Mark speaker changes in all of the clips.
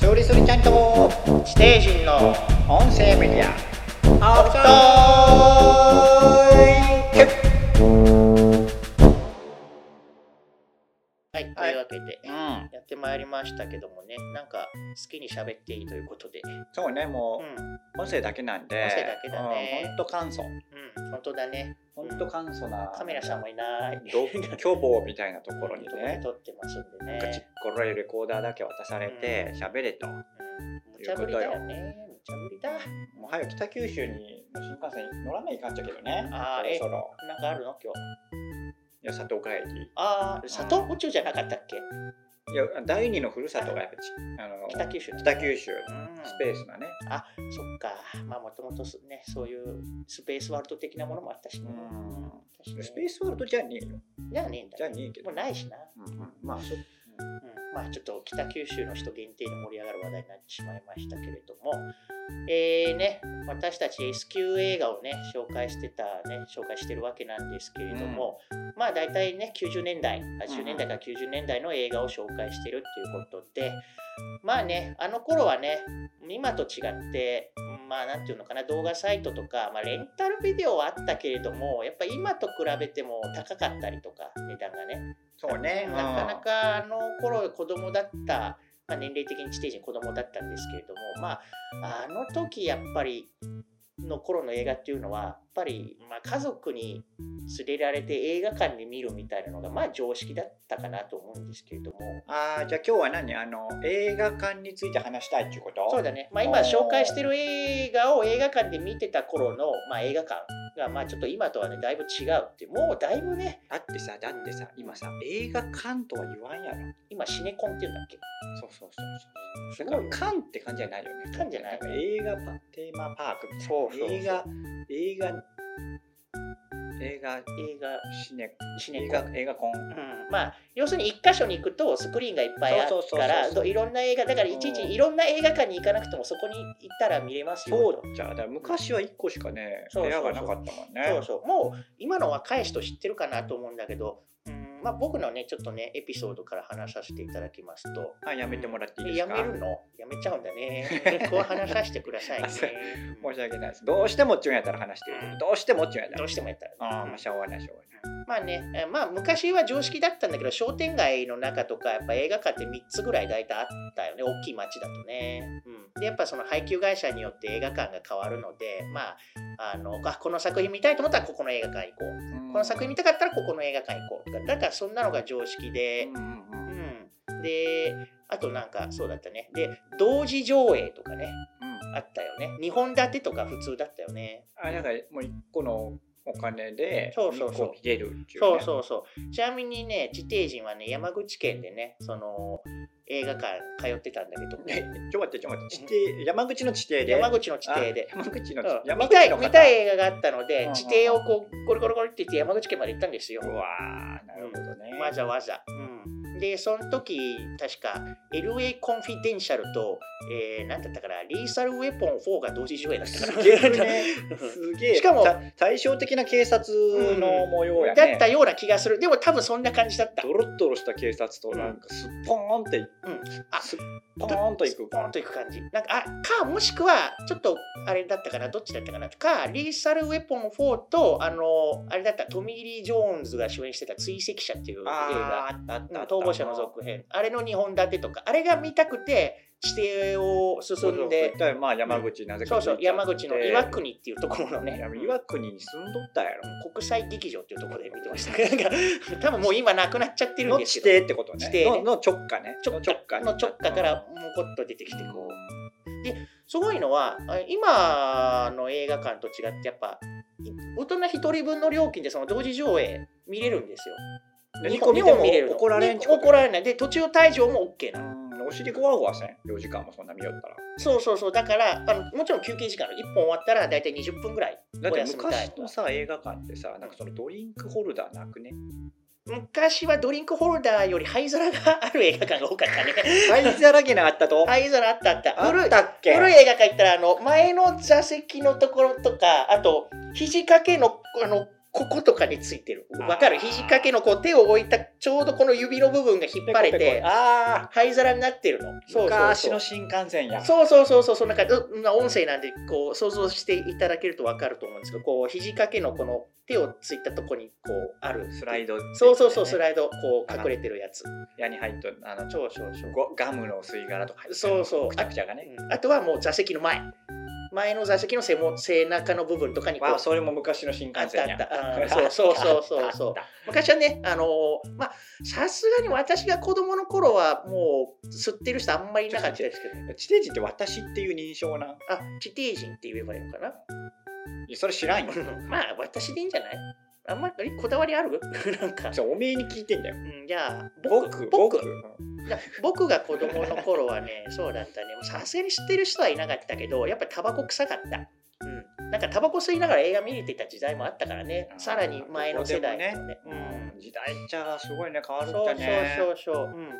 Speaker 1: 処理するちゃんと地底人の音声メディアアフターイク
Speaker 2: はい、というわけで、
Speaker 1: うん
Speaker 2: やってまいりましたけどもね、なんか好きに喋っていいということで、う
Speaker 1: そうねも
Speaker 2: ん、
Speaker 1: う音声だけなんで
Speaker 2: 音声だけだね
Speaker 1: うんほんと簡素
Speaker 2: うん、本当だね。
Speaker 1: ほんと簡素な
Speaker 2: カメラさんもいない。
Speaker 1: 同居房みたいなところに
Speaker 2: ところで
Speaker 1: ね
Speaker 2: 撮ってますんで
Speaker 1: ガチッ
Speaker 2: ね。
Speaker 1: コロレレコーダーだけ渡されて
Speaker 2: うん
Speaker 1: 喋れと
Speaker 2: うん無茶ぶりだよね。無茶ぶりだ。
Speaker 1: もうはよ北九州に新幹線乗らないかんちゃけどね
Speaker 2: あー
Speaker 1: そろそろ
Speaker 2: なんかあるの今日。
Speaker 1: いや里帰り
Speaker 2: ああ、里宇宙じゃなかったっけ
Speaker 1: いや第二のふるさとがやっぱちあの
Speaker 2: 北九州だ
Speaker 1: 北九州
Speaker 2: うん
Speaker 1: スペースなね、
Speaker 2: あそっか。まあもともとね、そういうスペースワールド的なものもあったしね。確かに
Speaker 1: スペースワールドじゃねえよ
Speaker 2: じゃあねえんだ。
Speaker 1: じゃねえけど
Speaker 2: もうないしな。
Speaker 1: うんうんまあそ
Speaker 2: うん、まあちょっと北九州の人限定の盛り上がる話題になってしまいましたけれども、えーね、私たち S 級映画をね紹介してたね紹介してるわけなんですけれども、まあ大体ね90年代80年代から90年代の映画を紹介してるっていうことで、まあねあの頃はね今と違ってまあなんていうのかな動画サイトとか、まあ、レンタルビデオはあったけれどもやっぱ今と比べても高かったりとか値段がね。
Speaker 1: そうね
Speaker 2: なかなかあの頃子供だった、まあ、年齢的に地底人子供だったんですけれども、まあ、あの時やっぱりの頃の映画っていうのはやっぱり、まあ、家族に連れられて映画館で見るみたいなのがまあ常識だったかなと思うんですけれども
Speaker 1: あーじゃあ今日は何あの映画館について話したいっていうこと
Speaker 2: そうだね、まあ、今紹介してる映画を映画館で見てた頃の、まあ、映画館がまあちょっと今とはねだいぶ違うってもうだいぶね
Speaker 1: だってさだってさ今さ映画館とは言わんやろ
Speaker 2: 今シネコンっていうんだっけ
Speaker 1: そうそうそう
Speaker 2: す
Speaker 1: そう
Speaker 2: ご
Speaker 1: だ
Speaker 2: い
Speaker 1: か
Speaker 2: よ
Speaker 1: ら
Speaker 2: ね
Speaker 1: 館って感じじゃないよね
Speaker 2: 館じゃない
Speaker 1: んか映画パテーマパークみたいな
Speaker 2: そうそうそう
Speaker 1: 映画映画映画
Speaker 2: 映画
Speaker 1: シネ
Speaker 2: シネコ
Speaker 1: 映
Speaker 2: ン
Speaker 1: 画映画コン
Speaker 2: うんまあ要するに1箇所に行くとスクリーンがいっぱいある
Speaker 1: そうそうそう
Speaker 2: か
Speaker 1: そう
Speaker 2: らどいろんな映画だからいちいち
Speaker 1: うん
Speaker 2: いろんな映画館に行かなくてもそこに行ったら見れますよ
Speaker 1: そ
Speaker 2: と
Speaker 1: うじゃあだから昔は1個しかね
Speaker 2: そう
Speaker 1: 部
Speaker 2: そうそ
Speaker 1: 屋
Speaker 2: う
Speaker 1: がなかったもんね
Speaker 2: そうそうもう今の若い人知ってるかなと思うんだけど、うんまあ、僕のねちょっとねエピソードから話させていただきますと
Speaker 1: あやめてもらっていいで
Speaker 2: え
Speaker 1: す
Speaker 2: や
Speaker 1: か
Speaker 2: めるのやめちゃうん だねこう話させてくださいね
Speaker 1: あそう申し訳ないですどうしてもっちゅうんやったら話してるけどどうしてもっちゅうんやった
Speaker 2: ど
Speaker 1: ら
Speaker 2: うしてもやったらね
Speaker 1: ああまあしょうがないしょうがない
Speaker 2: まあね、えーまあ昔は常識だったんだけど、商店街の中とか、やっぱ映画館って3つぐらい大体あったよね、大きい町だとね。うん、で、やっぱその配給会社によって映画館が変わるので、まあ、あのあこの作品見たいと思ったらここの映画館行こう。この作品見たかったらここの映画館行こうとか、だからそんなのが常識で、
Speaker 1: うんうんうん
Speaker 2: うん。で、あとなんかそうだったね。で、同時上映とかね、
Speaker 1: うん
Speaker 2: あったよね。2本立てとか普通だったよね。
Speaker 1: あだからもう1個のお金で
Speaker 2: そうそうそう
Speaker 1: 1個見れるっていう
Speaker 2: そう
Speaker 1: う
Speaker 2: そうそう。ちなみにね、地底人はね、山口県でね、その映画館通ってたんだけど、
Speaker 1: え ちょ待ってちょ待って地底山口の地底で
Speaker 2: 山口の地底で。
Speaker 1: あ山口の
Speaker 2: うん
Speaker 1: 山
Speaker 2: 見た
Speaker 1: 口
Speaker 2: い
Speaker 1: の方
Speaker 2: 見たい映画があったの
Speaker 1: うんうんう
Speaker 2: で、
Speaker 1: ん
Speaker 2: 地底をこうゴリゴリゴリって言って山口県まで行ったんですよ。
Speaker 1: うわーなるほどね、
Speaker 2: わざわざ。うん、で、その時、確か、LA コンフィデンシャルと、えー、なんだったかな、リーサルウェポン4が同時上映だったか
Speaker 1: す
Speaker 2: ら。
Speaker 1: げえ ねすげえ
Speaker 2: しかも
Speaker 1: た対照的な警察の模様やね、
Speaker 2: だったような気がする。でも多分そんな感じだった。
Speaker 1: ドロッドロした警察となんかすっぽーんって、
Speaker 2: んあ
Speaker 1: すっぽーんといく
Speaker 2: ポンといく感じ。なんかあかもしくはちょっとあれだったかなどっちだったかなかリーサルウェポン4とあのあれだったトミー・リー・ジョーンズが主演してた「追跡者」っていう映画
Speaker 1: あーあったあっ
Speaker 2: うん
Speaker 1: た
Speaker 2: 逃亡者の続編あれの2本立てとかあれが見たくて地底を進んで
Speaker 1: そうそうまあ山口なぜ
Speaker 2: そ
Speaker 1: か
Speaker 2: うそう山口の岩国っていうところの
Speaker 1: い
Speaker 2: ね
Speaker 1: や岩国に住んどったや
Speaker 2: 国際劇場っていうところで見てましたなんか多分もう今なくなっちゃってる
Speaker 1: ろの
Speaker 2: んで
Speaker 1: 地
Speaker 2: す
Speaker 1: 底
Speaker 2: けど
Speaker 1: ってことね
Speaker 2: 地底ね
Speaker 1: のの直下ね
Speaker 2: 直下の直下からもこっと出てきてこう。すごいのはあ今の映画館と違ってやっぱい大人一人分の料金でその同時上映見れるんですよ。
Speaker 1: 2
Speaker 2: 個
Speaker 1: 個見ても
Speaker 2: 見れるの
Speaker 1: 怒られんち
Speaker 2: に
Speaker 1: ゅうこと
Speaker 2: 怒られない。で途中退場も OK なの。
Speaker 1: うんお尻ごわごわせん4時間もそんな見よったら
Speaker 2: そうそうそうだからあのもちろん休憩時間の1本終わったら大体20分ぐらい
Speaker 1: だっ
Speaker 2: お
Speaker 1: て
Speaker 2: 休みタイ
Speaker 1: 昔
Speaker 2: ム
Speaker 1: のさ映画館ってさなんかそのドリンクホルダーなくね
Speaker 2: 昔はドリンクホルダーより灰皿がある映画館が多かっ たね
Speaker 1: 灰皿げなあったと
Speaker 2: 灰皿あったあっ た
Speaker 1: あ
Speaker 2: 古い
Speaker 1: ったっけ
Speaker 2: 古い映画館行ったらあの前の座席のところとかあと肘掛けのあのこことかについてる。
Speaker 1: あー
Speaker 2: わかる肘掛けのこう手を置いた、ちょうどこの指の部分が引っ張れ
Speaker 1: ペコペ
Speaker 2: て、
Speaker 1: コ
Speaker 2: ああ、灰皿になってるの。そうそう
Speaker 1: 昔
Speaker 2: そう
Speaker 1: の。新幹線や。
Speaker 2: そうそうそうそう、そんな感じ、うん音声なんで、こう想像していただけるとわかると思うんですけど、こう肘掛けのこの手をついたとこに、こうある。
Speaker 1: スライド、
Speaker 2: そうそうそう、ス
Speaker 1: イ
Speaker 2: ライド、こう隠れてるやつ。
Speaker 1: ド。矢に入っとる、あの、ちょ
Speaker 2: そうそうそう。
Speaker 1: ごガムの吸い殻とか入ってる
Speaker 2: そうそう
Speaker 1: くちゃくちゃがね。
Speaker 2: うんあとはもう座席の前。前の座席の背も背中の部分とかにこう
Speaker 1: わあ、それも昔の新幹線や。
Speaker 2: あったあったあーそうそうそうそうそう
Speaker 1: あったあっ
Speaker 2: 昔はね、あのーまあ、さすがに私が子供の頃はもう吸ってる人あんまりいなかったですけど、
Speaker 1: た地底人って私っていう認証なん
Speaker 2: あ、地底人って言えばいいのかな。
Speaker 1: いやそれ知らんよ。
Speaker 2: まあ、私でいいんじゃないあんまりこだわりある なんか。
Speaker 1: じゃあおめえに聞いてんだよ。
Speaker 2: うん、じゃあ、
Speaker 1: 僕、僕。
Speaker 2: 僕いや僕が子供の頃はね、 そうだったね。さすがに知ってる人はいなかったけど、やっぱタバコ臭かった。うん。なんかタバコ吸いながら映画見れてた時代もあったからね。
Speaker 1: あー
Speaker 2: さらに前の世代とかね。うん
Speaker 1: うん時代っちゃすごいね、変わるっ
Speaker 2: そう
Speaker 1: たね。
Speaker 2: そうそうそう、うん、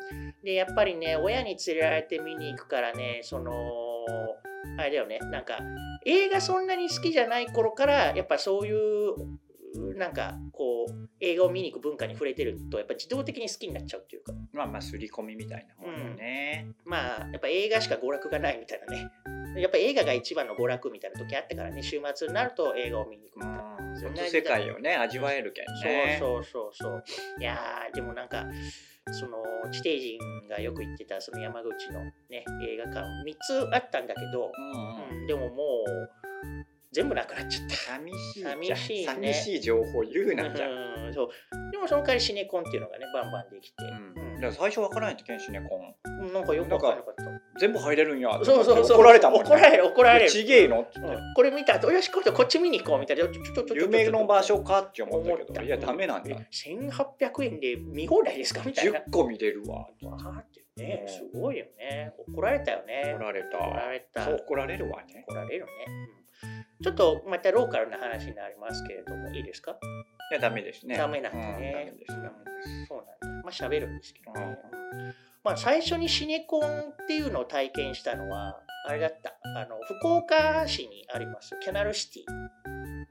Speaker 2: でやっぱりね親に連れられて見に行くからねそのあれだよねなんか映画そんなに好きじゃない頃からやっぱそういうなんかこう映画を見に行く文化に触れてるとやっぱ自動的に好きになっちゃうっていうか
Speaker 1: まあまあ、刷り込みみたいなもんよね。
Speaker 2: まあやっぱ映画しか娯楽がないみたいなねやっぱ映画が一番の娯楽みたいな時あったからね週末になると映画を見に行く
Speaker 1: う
Speaker 2: みたいな。
Speaker 1: ん。
Speaker 2: そんな
Speaker 1: 世界をね、味わえるけんね。
Speaker 2: そうそうそうそう。いやー、でもなんか、その地底人がよく行ってたその山口のね映画館3つあったんだけど、
Speaker 1: うんうん
Speaker 2: でももう全部なくなっちゃった。
Speaker 1: 寂しいじゃん寂
Speaker 2: 寂
Speaker 1: し
Speaker 2: し
Speaker 1: い、
Speaker 2: いね
Speaker 1: 情報言うなじゃん、うん
Speaker 2: うんそうでもその代わりシネコンっていうのがねバンバンできて、
Speaker 1: だから最初わからないと剣士ねこん
Speaker 2: うんなんかよく分からなかった
Speaker 1: 全部入れるんやと思って
Speaker 2: そうそうそう
Speaker 1: 怒られたもん、ね、
Speaker 2: 怒られる怒られる
Speaker 1: ちげえのって
Speaker 2: う
Speaker 1: 言って、
Speaker 2: んこれ見た後よしこれこっち見に行こうみたいなちょちょちょちょ
Speaker 1: 夢の場所かって思
Speaker 2: 思
Speaker 1: っ
Speaker 2: ったた
Speaker 1: けどいやダメなんだ
Speaker 2: え1800円で見放題ですかみたいな
Speaker 1: 10個見れるわと
Speaker 2: わ
Speaker 1: か
Speaker 2: かってるね、すごいよね。怒られたよね。
Speaker 1: 怒られた
Speaker 2: 怒られた。
Speaker 1: そう怒られるわね
Speaker 2: 怒られるね、うんちょっとまたローカルな話になりますけれども、いいですか
Speaker 1: いやダメですね
Speaker 2: ダメなんだ
Speaker 1: うんダメ
Speaker 2: ね
Speaker 1: ですダメです
Speaker 2: そうなんだ。まあ喋るんですけどね。まあ最初にシネコンっていうのを体験したのは、あれだった。あの、福岡市にあります、キャナルシティ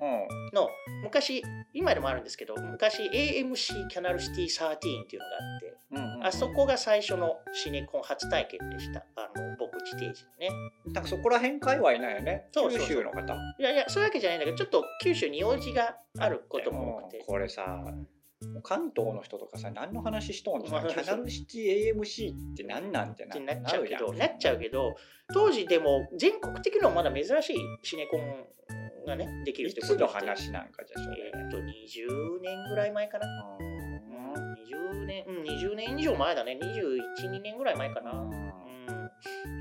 Speaker 1: うん
Speaker 2: の昔、今でもあるんですけど、昔 AMC キャナルシティ13っていうのがあって、
Speaker 1: うんうん、
Speaker 2: あそこが最初のシネコン初体験でした。あの、僕、地底人ね。
Speaker 1: なんかそこら辺界隈なんよね
Speaker 2: そうそう
Speaker 1: 九州の方
Speaker 2: いやいや、そういうわけじゃないんだけど、ちょっと九州に用事があることも多く
Speaker 1: でも。
Speaker 2: て
Speaker 1: これさもう関東の人とかさ何の話しとんのキ
Speaker 2: まあ
Speaker 1: ャナルシティ AMC って何なんて
Speaker 2: っ
Speaker 1: な
Speaker 2: てなっちゃうけど、
Speaker 1: る
Speaker 2: なっちゃうけど、当時でも全国的にもまだ珍しいシネコンがね、でき
Speaker 1: やん
Speaker 2: るっ
Speaker 1: い
Speaker 2: てこ
Speaker 1: つ
Speaker 2: と
Speaker 1: の
Speaker 2: で
Speaker 1: 話なんかじゃそれ
Speaker 2: えーっと、20年ぐらい前かな。
Speaker 1: う
Speaker 2: 20年、うん、20年以上前だね。21、2年ぐらい前かな。うんん、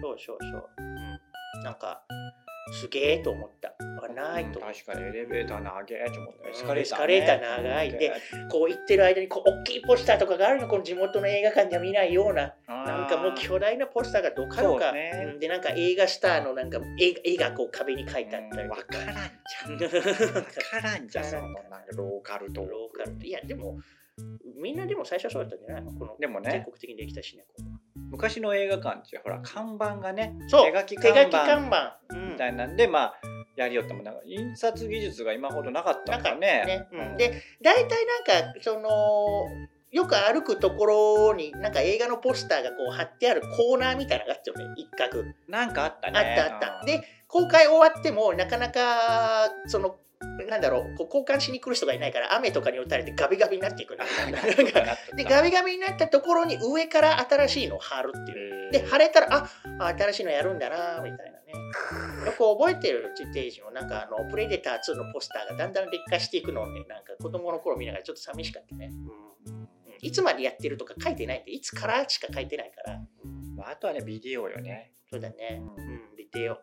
Speaker 2: そうそうそう。うん、なんか、すげえと思った。あないと思った
Speaker 1: 確かにエレベーター長えと思って
Speaker 2: うん
Speaker 1: エスカレーター,、
Speaker 2: エスカレーター長いでこう行ってる間にこう大きいポスターとかがあるのこの地元の映画館では見ないようななんかもう巨大なポスターがどかど
Speaker 1: そ
Speaker 2: か、
Speaker 1: うね
Speaker 2: うんでなんか映画スターのなんか絵絵がこう壁に書いてあったりと
Speaker 1: 分
Speaker 2: か
Speaker 1: からんじゃん分からんじゃんそのなんかローカルと
Speaker 2: ローカルいやでもみんなでも最初はそうだったんじゃないのこの
Speaker 1: でもね
Speaker 2: 全国的にできたシネコンは
Speaker 1: 昔の映画館ってほら看板がね
Speaker 2: そう
Speaker 1: 手書き
Speaker 2: 手
Speaker 1: 看
Speaker 2: 書き
Speaker 1: 板
Speaker 2: 看板、うん
Speaker 1: みたいなんで、まあやりよったもんなんか印刷技術が今ほどなかった
Speaker 2: なんん
Speaker 1: だ
Speaker 2: か
Speaker 1: ね
Speaker 2: ね、うん、で大体なんかそのよく歩くところになんか映画のポスターがこう貼ってあるコーナーみたいなのがあったよね一角
Speaker 1: なんかあったね
Speaker 2: あったあった。
Speaker 1: うん
Speaker 2: で公開終わってもなかなかそのなんだろうこう交換しに来る人がいないから雨とかに打たれてガビガビになっていく の
Speaker 1: あ
Speaker 2: な
Speaker 1: なん
Speaker 2: ん
Speaker 1: とか
Speaker 2: か
Speaker 1: なっとった
Speaker 2: でガビガビになったところに上から新しいのを貼るっていう。で
Speaker 1: えー
Speaker 2: 貼れたらああ新しいのやるんだなみたいなね。よく覚えてる自転車もなんかあのプレデター2のポスターがだんだん劣化していくのをねなんか子供の頃見ながらちょっと寂しかったね。うんいつまでやってるとか書いてないんでいつからしか書いてないから。
Speaker 1: まあ、あとはねビデオよね
Speaker 2: そうだね。
Speaker 1: う
Speaker 2: うんん、ビデオ。うん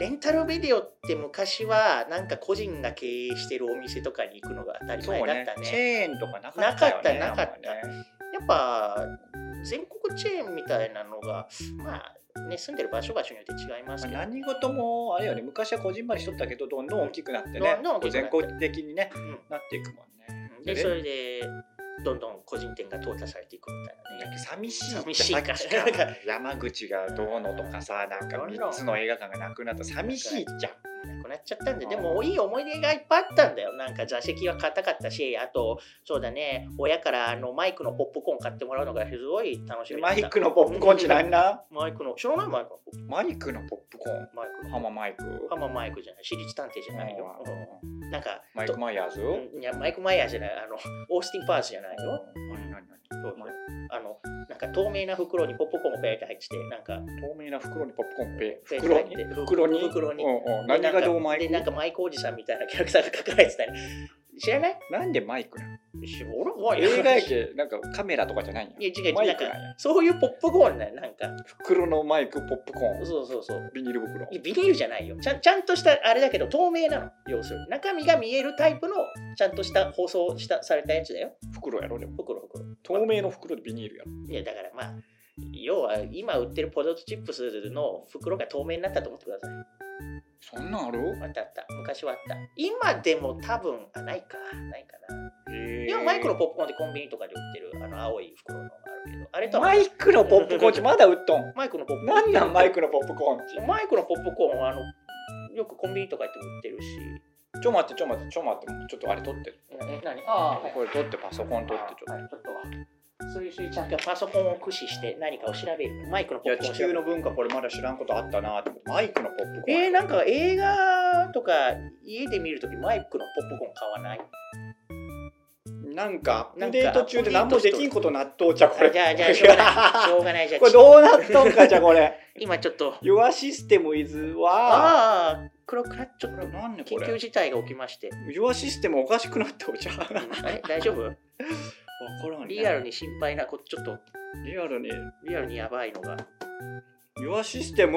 Speaker 2: レンタルビデオって昔はなんか個人が経営してるお店とかに行くのが当たり前だったね。
Speaker 1: チェーンとかなかったよね
Speaker 2: なかったなか
Speaker 1: あんまりね
Speaker 2: やっぱ全国チェーンみたいなのが、まあね、住んでる場所場所によって違いますけど、
Speaker 1: まあ何事もあれよね昔はこじんまりしとったけどどんどん大きくなってね
Speaker 2: どんどん大きくな
Speaker 1: 全
Speaker 2: って
Speaker 1: 国的にね
Speaker 2: うん
Speaker 1: なっていくもんね
Speaker 2: でそれでどんどん個人店が淘汰されていくみたいな
Speaker 1: なん
Speaker 2: ね
Speaker 1: か寂しい
Speaker 2: 寂しいか
Speaker 1: さっき ら山口がどうのとかさなんか3つの映画館がなくなったら寂しいじゃん
Speaker 2: なくなっちゃったんででもいい思い出がいっぱいあったんだよなんか座席は硬かったしあとそうだね親からあのマイクのポップコーン買ってもらうのがすごい楽しみだ
Speaker 1: マ
Speaker 2: った
Speaker 1: イクのポップコーンって何な
Speaker 2: マイクの知らないマイクのポップ
Speaker 1: マイクのポップコーン
Speaker 2: マイクの
Speaker 1: ハママイク
Speaker 2: ハママイクじゃない私立探偵じゃないよ、うんなんか
Speaker 1: マイク・マイヤーズ
Speaker 2: うんいやマイク・マイヤーじゃないあの オースティン・パースじゃないよ
Speaker 1: 何何何
Speaker 2: そうあのなんか透明な袋にポップコーンがペーって入っててなんか
Speaker 1: 透明な袋にポップコーンペ
Speaker 2: ペ
Speaker 1: 袋に
Speaker 2: ペ
Speaker 1: 袋に
Speaker 2: 袋に
Speaker 1: うんうん
Speaker 2: で
Speaker 1: 何がどうマ
Speaker 2: で
Speaker 1: イ
Speaker 2: なん
Speaker 1: ク
Speaker 2: かマイクおじさんみたいなキャラクターが書かれてたり知らない
Speaker 1: なんでマイクなの
Speaker 2: し俺も
Speaker 1: 映画やけなんかカメラとかじゃないん
Speaker 2: いや
Speaker 1: や
Speaker 2: 違う違う
Speaker 1: マ
Speaker 2: な
Speaker 1: イ
Speaker 2: ん
Speaker 1: ク
Speaker 2: か
Speaker 1: なんや
Speaker 2: そういうポップコーンだよなんか
Speaker 1: 袋のマイクポップコーン
Speaker 2: そうそうそう
Speaker 1: ビニール袋
Speaker 2: いやビニールじゃないよちゃんちゃんとしたあれだけど透明なの要するに中身が見えるタイプのちゃんとした包装したされたやつだよ
Speaker 1: 袋やろでも
Speaker 2: 袋袋
Speaker 1: 透明の袋でビニールやろ
Speaker 2: いやだからまあ要は今売ってるポテトチップスの袋が透明になったと思ってください
Speaker 1: そんなんある
Speaker 2: あったあった昔はあった今でも多分あないかないかな
Speaker 1: え
Speaker 2: 今マイクのポップコーンってコンビニとかで売ってるあの青い袋のがあるけどあれとは
Speaker 1: マイクのポップコーンちまだ売っとん
Speaker 2: マイクのポップコーン
Speaker 1: なんなんマイクのポップコーンち
Speaker 2: マイクのポップコーンはあのよくコンビニとか行って売ってるし
Speaker 1: ちょ待ってちょ待ってちょ待ってちょっとあれ取って
Speaker 2: え何あ
Speaker 1: これ取ってパソコン取ってちょっ
Speaker 2: はいちょっとすいすいちゃんがパソコンを駆使して何かを調べるマイクの
Speaker 1: と
Speaker 2: ポ
Speaker 1: い
Speaker 2: ッ
Speaker 1: や
Speaker 2: プコーン
Speaker 1: 地
Speaker 2: を調
Speaker 1: 球
Speaker 2: べる
Speaker 1: の文化これまだ知らんことあったなって思ってマイクのポップコーン
Speaker 2: えー、なんか映画とか家で見るときマイクのポップコーン買わない
Speaker 1: なんかアップデート中で何もできんことなっとうじゃこれ
Speaker 2: じゃあじゃあしょうがないしょうがないじゃ あ
Speaker 1: これどうなっとんかじゃこれ
Speaker 2: 今ちょっと
Speaker 1: Your system is は
Speaker 2: ああ黒くなっちゃっ
Speaker 1: これなんね
Speaker 2: た
Speaker 1: こ
Speaker 2: 緊急
Speaker 1: れ
Speaker 2: 事態が起きまして
Speaker 1: Your system おかしくなっとうじゃんわ
Speaker 2: え大丈夫
Speaker 1: からんね
Speaker 2: リアルに心配なこちょっと
Speaker 1: リアルに
Speaker 2: リアルにやばいのが
Speaker 1: Your system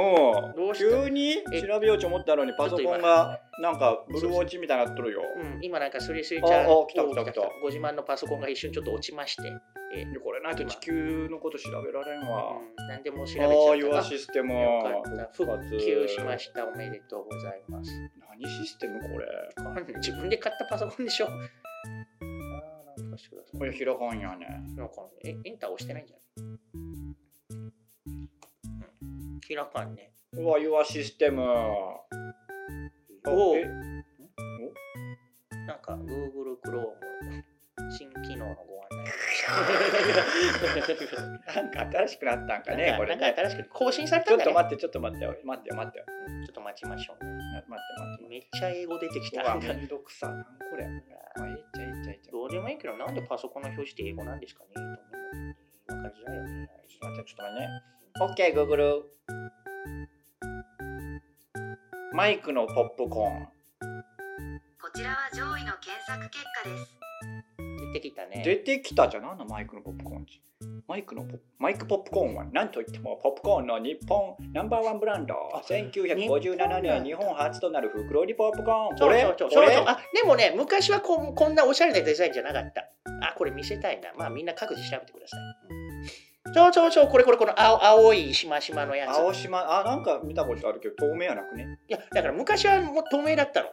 Speaker 2: どうした
Speaker 1: 急に
Speaker 2: え
Speaker 1: 調べようと思ったのにパソコンがなんかブルーウォッチみたいになっとるよ
Speaker 2: うん、今なんかスリスリちゃん
Speaker 1: ああ来た来た来た
Speaker 2: ご自慢のパソコンが一瞬ちょっと落ちまして、え
Speaker 1: いやこれないと地球のこと調べられんわ
Speaker 2: うん、何でも調べち
Speaker 1: あ
Speaker 2: ゃ
Speaker 1: あ
Speaker 2: った
Speaker 1: ー Your
Speaker 2: な
Speaker 1: system
Speaker 2: よかった
Speaker 1: 復
Speaker 2: 復
Speaker 1: 活
Speaker 2: 旧しましたおめでとうございます
Speaker 1: 何システムこれ
Speaker 2: わかんない自分で買ったパソコンでしょああなんとかしてください
Speaker 1: これ開かんやね
Speaker 2: なんかえエンター押してないんじゃない、うん、開かんね
Speaker 1: うわ Your system
Speaker 2: おお
Speaker 1: え
Speaker 2: なんか Google Chrome 新機能のご案内
Speaker 1: なんか新し くなったんかね、
Speaker 2: なん
Speaker 1: こ
Speaker 2: かな
Speaker 1: れ
Speaker 2: んか
Speaker 1: ね。
Speaker 2: 新しく更新され
Speaker 1: ち
Speaker 2: た
Speaker 1: ょ
Speaker 2: ん
Speaker 1: っ
Speaker 2: だ
Speaker 1: と
Speaker 2: ね
Speaker 1: 待って、ちょっと待ってよ、待ってよ、待ってよ。
Speaker 2: ちょっと待ちましょう
Speaker 1: な待って、待
Speaker 2: めっちゃ英語出てき
Speaker 1: って。うわ、
Speaker 2: た
Speaker 1: めんどくさ。なんこれ。まあ、ええっちゃええっちゃええっちゃ。
Speaker 2: どうでもいいけどなんでパソコンの表示って英語なんですかねと思うわかりづらいよね
Speaker 1: 待って、ちょっと待ってね。オッケー、グーグル。マイクのポップコーン。
Speaker 3: こちらは上位の検索結果です。
Speaker 2: 出てきたね
Speaker 1: 出てきたじゃん。なんのマイクのポップコーンちマイクのポップマイクポップコーンは何といってもポップコーンの日本ナンバーワンブランド1957年日本初となる袋入りポップコーン
Speaker 2: そ
Speaker 1: こ
Speaker 2: う
Speaker 1: れ
Speaker 2: そうそう
Speaker 1: これ
Speaker 2: そうそうあでもね昔はこんこんなおしゃれなデザインじゃなかったあこれ見せたいなまあみんな各自調べてくださいそうそうそうこれこれこの青青いしましまのやつ
Speaker 1: 青島あなんか見たことあるけど透明はなくね
Speaker 2: いやだから昔はもう透明だったの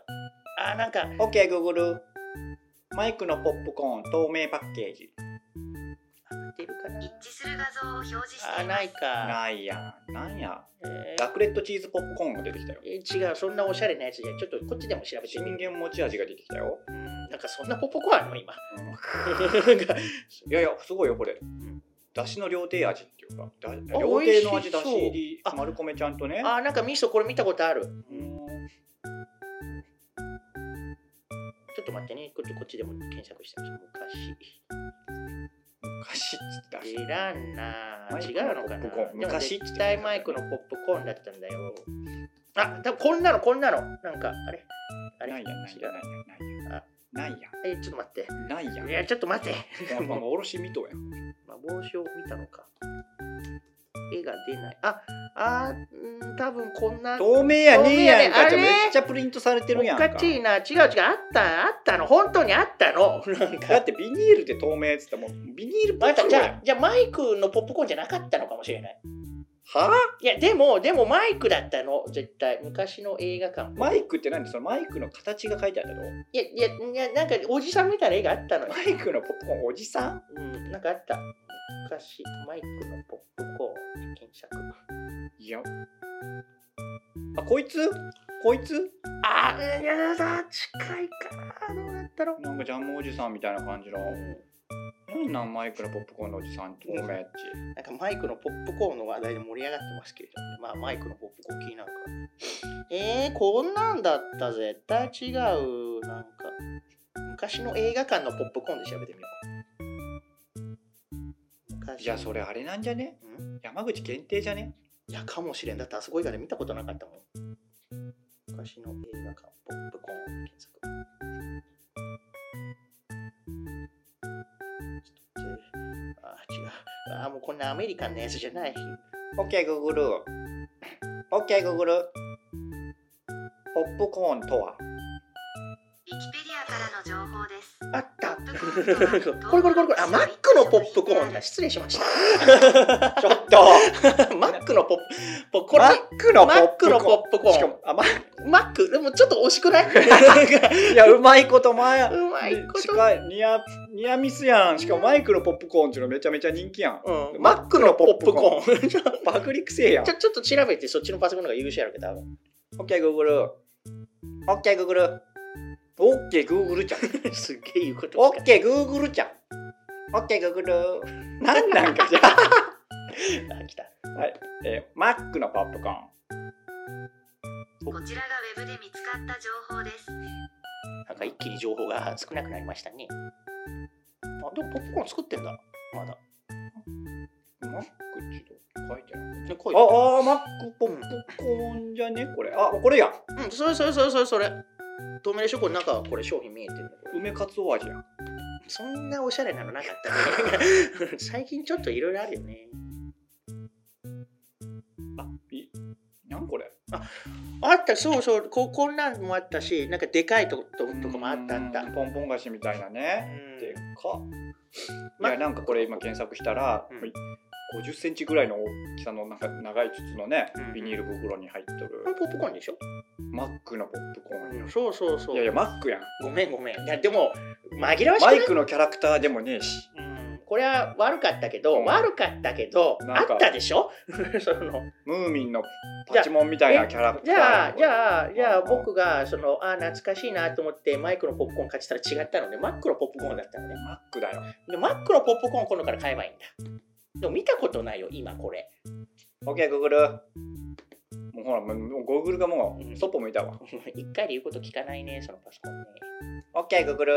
Speaker 2: あなんか
Speaker 1: OK グーグルマイクのポップコーン透明パッケージ
Speaker 2: 出るかな
Speaker 3: 一致する画像を表示して
Speaker 2: あ
Speaker 3: いま
Speaker 2: な
Speaker 3: す。
Speaker 2: いか、
Speaker 1: ないやんなんや
Speaker 2: え
Speaker 1: ラクレットチーズポップコーンが出てきたよ
Speaker 2: ー違うそんなおしゃれなやつじゃちょっとこっちでも調べて
Speaker 1: 人
Speaker 2: みる
Speaker 1: 間持ち味が出てきたよ、
Speaker 2: なんかそんなポップコーンあるの今
Speaker 1: うん
Speaker 2: なんか
Speaker 1: いやいやすごいよこれ
Speaker 2: ん
Speaker 1: だしの料亭味っていうかだ
Speaker 2: あ
Speaker 1: 料亭の味
Speaker 2: 美味しそ
Speaker 1: だ
Speaker 2: う
Speaker 1: し入り
Speaker 2: あ
Speaker 1: 丸米ちゃんとね
Speaker 2: あなんかミストこれ見たことある
Speaker 1: うん
Speaker 2: ちょっと待ってねこっちこっちでも検索してみましょう昔
Speaker 1: 昔っつった
Speaker 2: 知らんな
Speaker 1: マイ
Speaker 2: 違
Speaker 1: クの
Speaker 2: うのかな
Speaker 1: ポップコーン
Speaker 2: でも
Speaker 1: 昔って言
Speaker 2: 絶
Speaker 1: ってたよ
Speaker 2: 対マイクのポップコーンだったんだよあ多分こんなのこんなのなんかあれあれ
Speaker 1: ないやんない
Speaker 2: 違
Speaker 1: や
Speaker 2: うんあ
Speaker 1: ないやんないやんないや
Speaker 2: えちょっと待って
Speaker 1: んないやん
Speaker 2: いやちょっと待って
Speaker 1: やっぱおろし見とやん
Speaker 2: 幻を見たのか絵が出ないああーうん多分こんな
Speaker 1: 透明やねえやんかじゃ
Speaker 2: 透明やねあれ
Speaker 1: めっちゃプリントされてるやん
Speaker 2: お
Speaker 1: か
Speaker 2: かしいな違う違うあったあったの本当にあったのな ん
Speaker 1: だ
Speaker 2: か
Speaker 1: ってビニールで透明っつったらもうビニール
Speaker 2: ま
Speaker 1: 袋
Speaker 2: たじ
Speaker 1: やん
Speaker 2: ゃあじゃあマイクのポップコーンじゃなかったのかもしれない
Speaker 1: はあ
Speaker 2: いや、でも、でもマイクだったの、絶対。昔の映画館。
Speaker 1: マイクって何そのマイクの形が書いてあったの
Speaker 2: いや、いや、いやなんかおじさんみたいな絵があったのよ
Speaker 1: マ。イクのポップコーンおじさん
Speaker 2: うん、なんかあった。昔、マイクのポップコーン検索。
Speaker 1: いや。あ、こいつこいつ
Speaker 2: あー、いやだ、近いかな。どうだったろう。
Speaker 1: なんかジャムおじさんみたいな感じの。なんなんマイクのポップコーンのおじさんと
Speaker 2: うん
Speaker 1: ごめんっち。
Speaker 2: なんかマイクのポップコーンの話題で盛り上がってますけれども、まあマイクのポップコーン気になるから。えー、こんなんだった。絶対違う。なんか、昔の映画館のポップコーンで調べてみよう。昔
Speaker 1: いや、それあれなんじゃね
Speaker 2: ん
Speaker 1: 山口限定じゃね
Speaker 2: いや、かもしれん。だってあそこ以外で見たことなかったもん。昔の映画館、ポップコーン検索。ちょっとあー、違う。あー、もうこんなアメリカンなやつじゃない。
Speaker 1: ?OK、グーグル。OK、グーグル。ポップコーンとは
Speaker 3: ウィキペディアからの情報です。
Speaker 2: あった
Speaker 3: ポップコーンとは
Speaker 2: これこれこれこれあマックのポップコーンだ失礼しまし
Speaker 1: ちょっと
Speaker 2: た マックのポップポこれ
Speaker 1: マックのポ
Speaker 2: マ
Speaker 1: ッ
Speaker 2: ッ
Speaker 1: プ
Speaker 2: クのポップコーン
Speaker 1: しかも、あ、マッ
Speaker 2: マックでもちょっと惜しくない
Speaker 1: ク。いや、うまいこと前。
Speaker 2: うまいこと
Speaker 1: 近いニアニアミスやんしかもマイクのポップコーンっていうのめちゃめちゃ人気やん、
Speaker 2: うんマックのポップコーンちょ
Speaker 1: パクリくせえやん
Speaker 2: ちょちょっと調べてそっちのパソコンの方が優秀やろうけど多 分
Speaker 1: OK グーグル OK グーグル OK グーグルちゃん
Speaker 2: すっげえ言うことばっかり
Speaker 1: OK グーグルちゃん OK グーグルなんなんかじゃ あ、
Speaker 2: あ来た
Speaker 1: えーマックのポップコーン
Speaker 3: こちらがウェブで見つかった情報です。
Speaker 2: なんか一気に情報が少なくなりましたねあでもポップコーン作ってんだまだ
Speaker 1: マックちょっと書いてない
Speaker 2: ねこういう
Speaker 1: ああマックポップコーンじゃねこれあこれや
Speaker 2: うんそれそれそれそれそれ透明でしょこれ中はこれ商品見えてるのこれ
Speaker 1: 梅かつお味やん
Speaker 2: そんなおしゃれなのなかったね。 最近ちょっといろいろあるよね。
Speaker 1: あいなんこれ
Speaker 2: あった、そうそう、ここんなんもあったし、なんかでかいとこととかもあったあった。
Speaker 1: うんポンポン菓子みたいなねで
Speaker 2: う
Speaker 1: か
Speaker 2: ま
Speaker 1: いやなんかこれ今検索したら、
Speaker 2: うん
Speaker 1: 50センチぐらいの大きさのなんか長い筒のね、
Speaker 2: うん
Speaker 1: ビニール袋に入っとる、
Speaker 2: ん、ポップコーンでしょ、
Speaker 1: マックのポップコーン、
Speaker 2: そうそうそう。
Speaker 1: いやいやマックやん
Speaker 2: ごめんごめん。いやでも、紛らわしく
Speaker 1: マ
Speaker 2: ない
Speaker 1: イクのキャラクターでもねえし
Speaker 2: うんこれは悪かったけど、
Speaker 1: うん
Speaker 2: 悪かったけど、
Speaker 1: な
Speaker 2: あ
Speaker 1: んか
Speaker 2: ったでしょ その
Speaker 1: ムーミンのパチモンみたいなキャラクタ
Speaker 2: じ
Speaker 1: ー
Speaker 2: ゃあ、じゃあ、じゃあ
Speaker 1: うん
Speaker 2: 僕が、その、あー、懐かしいなと思って、マイクのポップコーン買ってたら違ったので、マックのポップコーンだったのね。
Speaker 1: マックだよ
Speaker 2: で、マックのポップコーン今度から買えばいいんだ。でも見たことないよ、今これ。
Speaker 1: OK グーグルもうほらもうもうゴーグルがも
Speaker 2: うん
Speaker 1: うそっぽ向いたわ
Speaker 2: 一回で言うこと聞かないね、そのパソコンね。
Speaker 1: OK グーグル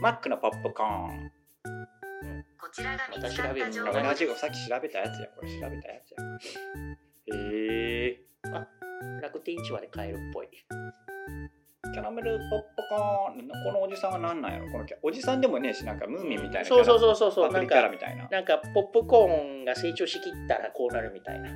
Speaker 1: マックのポップコーン
Speaker 3: こちらが見つかった情
Speaker 2: ま
Speaker 3: 報
Speaker 2: た調べるの
Speaker 1: 同
Speaker 3: で
Speaker 1: じ
Speaker 3: す。
Speaker 1: をさっき調べたやつやこれ調べたやつやへえ
Speaker 2: 楽天市場で買えるっぽい。
Speaker 1: キャラメルポップコーンこのおじさんはなんなんやろこのキャおじさんでもねえしなんかムーミンみたいな
Speaker 2: そうそう
Speaker 1: う
Speaker 2: そうそうそう。
Speaker 1: パプ
Speaker 2: なん
Speaker 1: リカラ
Speaker 2: か、
Speaker 1: みたいな
Speaker 2: なんかポップコーンが成長しきったらこうなるみたいな。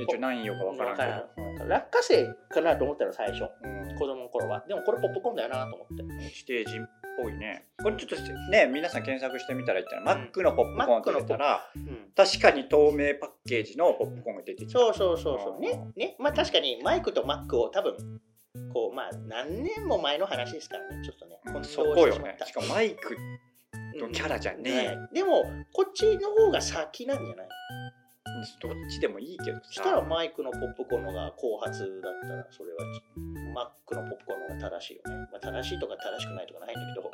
Speaker 1: えちょ何よかわからんけ
Speaker 2: わ
Speaker 1: ど
Speaker 2: 落花生かなと思ったの、最初。
Speaker 1: うん、
Speaker 2: 子供の頃は。でもこれポップコーンだよなと思って。
Speaker 1: ステージっぽいねこれちょっとしてね皆さん検索してみたらいったら、マックのポップコーンって言ったら
Speaker 2: うん。
Speaker 1: 確かに透明パッケージのポップコーンが出てきた
Speaker 2: そうそうそうそう。ね
Speaker 1: うん。
Speaker 2: ね。まあ確かにマイクとマックを多分、こう、まあ何年も前の話ですからね、ちょっとね。混同
Speaker 1: そこ
Speaker 2: して
Speaker 1: よ
Speaker 2: しま
Speaker 1: ね
Speaker 2: った
Speaker 1: しかもマイクのキャラじゃねえ、
Speaker 2: ねでも、こっちの方が先なんじゃない
Speaker 1: どっちでもいいけどさ
Speaker 2: したらマイクのポップコーンのが後発だったらそれはちマックのポップコーンの方が正しいよね、まあ、正しいとか正しくないとかないんだけど、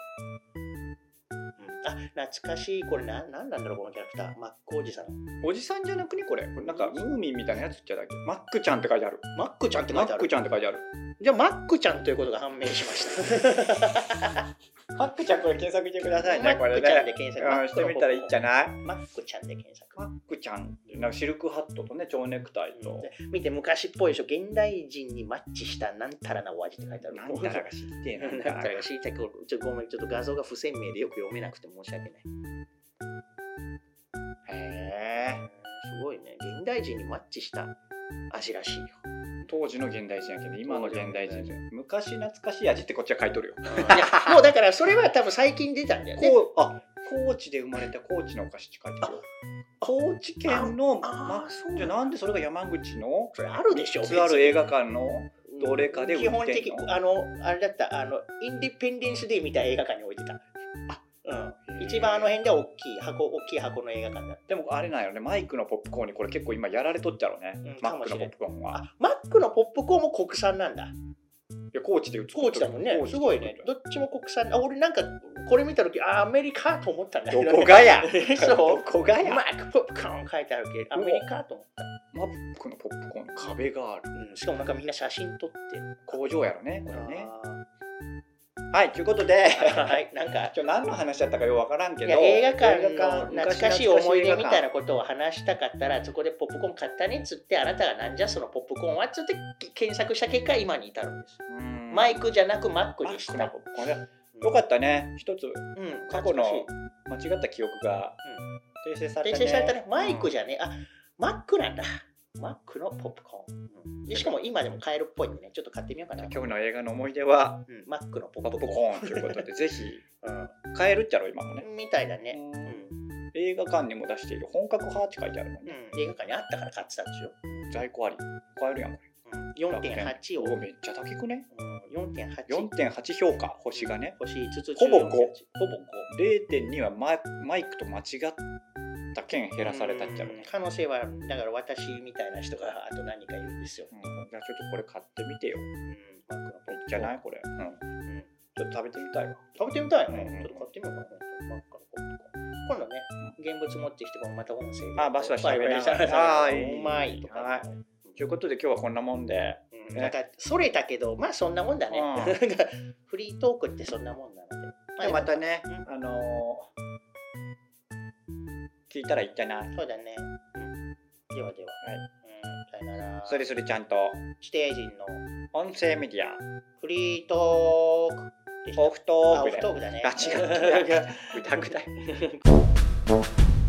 Speaker 2: うん、あ懐かしいこれ何なんなんだろうこのキャラクターマックおじさん
Speaker 1: おじさんじゃなくねこれこれなんかムーミンみたいなやつっちゃだけマックちゃんって書いてある
Speaker 2: マックちゃんって書
Speaker 1: マ
Speaker 2: いてあ
Speaker 1: ック
Speaker 2: る
Speaker 1: ちゃんって書いてある
Speaker 2: じゃあマックちゃんということが判明しました
Speaker 1: マックちゃんこれ検索してくださいね
Speaker 2: マッ
Speaker 1: これ
Speaker 2: クちゃんで
Speaker 1: ね
Speaker 2: 検索
Speaker 1: うんしてみたらいいんじゃない
Speaker 2: マックちゃんで検索
Speaker 1: マックちゃんってなんかシルクハットとね蝶ネクタイと
Speaker 2: で見て昔っぽいでしょ現代人にマッチしたなんたらなお味って書いてある
Speaker 1: なんたらが知ってえ
Speaker 2: なん
Speaker 1: な
Speaker 2: か知りたいことちょっとごめん、ちょっと画像が不鮮明でよく読めなくて申し訳ない。
Speaker 1: へえ
Speaker 2: すごいね。現代人にマッチした味ら しいよ。
Speaker 1: 当時の現代人やけど今の現代人じゃん昔懐かしい味ってこっちは書いとるよ
Speaker 2: いやもうだからそれは多分最近出たんだよね。
Speaker 1: こうあ高知で生まれた高知のお菓子って書いてあるよ高知県の
Speaker 4: あ
Speaker 1: ま
Speaker 4: あそう
Speaker 1: じゃあなんでそれが山口の
Speaker 4: それあるでしょ
Speaker 1: ツアー
Speaker 4: 別
Speaker 1: ル
Speaker 4: に
Speaker 1: 映画館のどれかで売って
Speaker 2: 基
Speaker 1: んの
Speaker 2: 本的あのあれだったあのインディペンデンス・デーみたいな映画館に置いてたうん、一番あの辺では大きい箱大きい箱の映画館だっ
Speaker 1: でもあれなんやろねマイクのポップコーンにこれ結構今やられとっちゃろね、
Speaker 2: うん
Speaker 1: マ
Speaker 2: か
Speaker 1: ッ
Speaker 2: も
Speaker 1: ク
Speaker 2: し
Speaker 1: の
Speaker 2: れん
Speaker 1: ポップコーン
Speaker 2: た
Speaker 1: は
Speaker 2: あマックのポップコーンも国産なんだ
Speaker 1: いや高知で作っ
Speaker 2: 高知だもんね
Speaker 1: 高知です
Speaker 2: ごいねどっちも国産あ俺なんかこれ見た時あアメリカと思ったんだけ
Speaker 1: ど
Speaker 2: ど
Speaker 1: こが や
Speaker 2: そ
Speaker 1: ど
Speaker 2: う
Speaker 1: こが
Speaker 2: マ
Speaker 1: や
Speaker 2: ックポップコーン書いてあるけどアメリカと思った、
Speaker 1: マックのポップコーンの壁がある
Speaker 2: うん、しかもなんかみんな写真撮ってる
Speaker 1: 工場やろねこれね
Speaker 2: あ
Speaker 1: はいということで
Speaker 2: ー はいなんか
Speaker 1: 今日何の話だったかよくわからんけ
Speaker 2: い
Speaker 1: ど
Speaker 2: や映画館
Speaker 1: 映
Speaker 2: の
Speaker 1: 館
Speaker 2: 懐かしい思い出みたいな
Speaker 1: 昔
Speaker 2: ことを話したかったらそこでポップコーン買ったねっつってあなたがなんじゃそのポップコーンはっつって検索した結果今に至るんです、
Speaker 1: 懐かしい映画館うん
Speaker 2: マイクじゃなくマック
Speaker 1: マ
Speaker 2: でし
Speaker 1: ッ
Speaker 2: た
Speaker 1: クのポップコーンねよかったね一つ
Speaker 2: うん
Speaker 1: 過去の
Speaker 2: 懐かしい
Speaker 1: 間違った記憶が訂正され
Speaker 2: 訂
Speaker 1: たね
Speaker 2: 正されたねマイク
Speaker 1: じ
Speaker 2: じゃねあマックなんだマックのポップコーン、うんでしかも今でも買えるっぽいんでねちょっと買ってみようかな、
Speaker 1: 今日の映画の思い出は
Speaker 2: うん、マックのポ
Speaker 1: ポ
Speaker 2: ップ
Speaker 1: ップ
Speaker 2: コ
Speaker 1: コーンという ことでぜひ
Speaker 2: ーン、
Speaker 1: 買えるっちゃろ今もね
Speaker 2: うんみたいだね、
Speaker 1: う
Speaker 2: うん
Speaker 1: ん映画館にも出している本格派って書いてあるもんね
Speaker 2: うん映画館にあったから買ってたんでしょ
Speaker 1: 在庫あり買えるやんこれ
Speaker 2: 4.8を
Speaker 1: うわめっちゃ高くね
Speaker 2: うん4.8
Speaker 1: 4.8評価星がね
Speaker 2: 星5つ
Speaker 1: ほぼ
Speaker 2: 中
Speaker 1: 5
Speaker 2: の
Speaker 1: ほぼ
Speaker 2: 5
Speaker 1: 0.2はマイマイクと間違った件減らされたっちゃろ
Speaker 2: うん
Speaker 1: ね
Speaker 2: 可能性はだから私みたいな人があと何人かいるんですよ、
Speaker 1: うんじゃあちょっとこれ買ってみてよ
Speaker 2: マックのポップコーン
Speaker 1: じゃないこれうん
Speaker 2: うん
Speaker 1: ちょっと食べてみたいわ
Speaker 2: 食べてみたい
Speaker 1: う
Speaker 2: ね、
Speaker 1: ん
Speaker 2: ちょっと買ってみようかなマックのポップコーン今度ね現物持ってきてこのまた音声で
Speaker 1: あバシバシ食べながら
Speaker 2: バシバシ
Speaker 1: あーいいう
Speaker 2: まいとか、
Speaker 1: はいということで今日はこんなもんで
Speaker 2: うんなんかそれたけどまあそんなもんだね、
Speaker 1: うん
Speaker 2: なんかフリートークってそんなもんなので
Speaker 1: でまたね
Speaker 2: うん
Speaker 1: あのー聞いたら言ってない
Speaker 2: そうだね、ではでは、
Speaker 1: はい
Speaker 2: うん、さよなら
Speaker 1: それそれちゃんと
Speaker 2: ステージの
Speaker 1: 音声メディア
Speaker 2: フリートークでした
Speaker 1: オフト
Speaker 2: あ
Speaker 1: ーク
Speaker 2: オフ
Speaker 1: で
Speaker 2: トークだね。
Speaker 1: あ違う違う違うぐだぐだ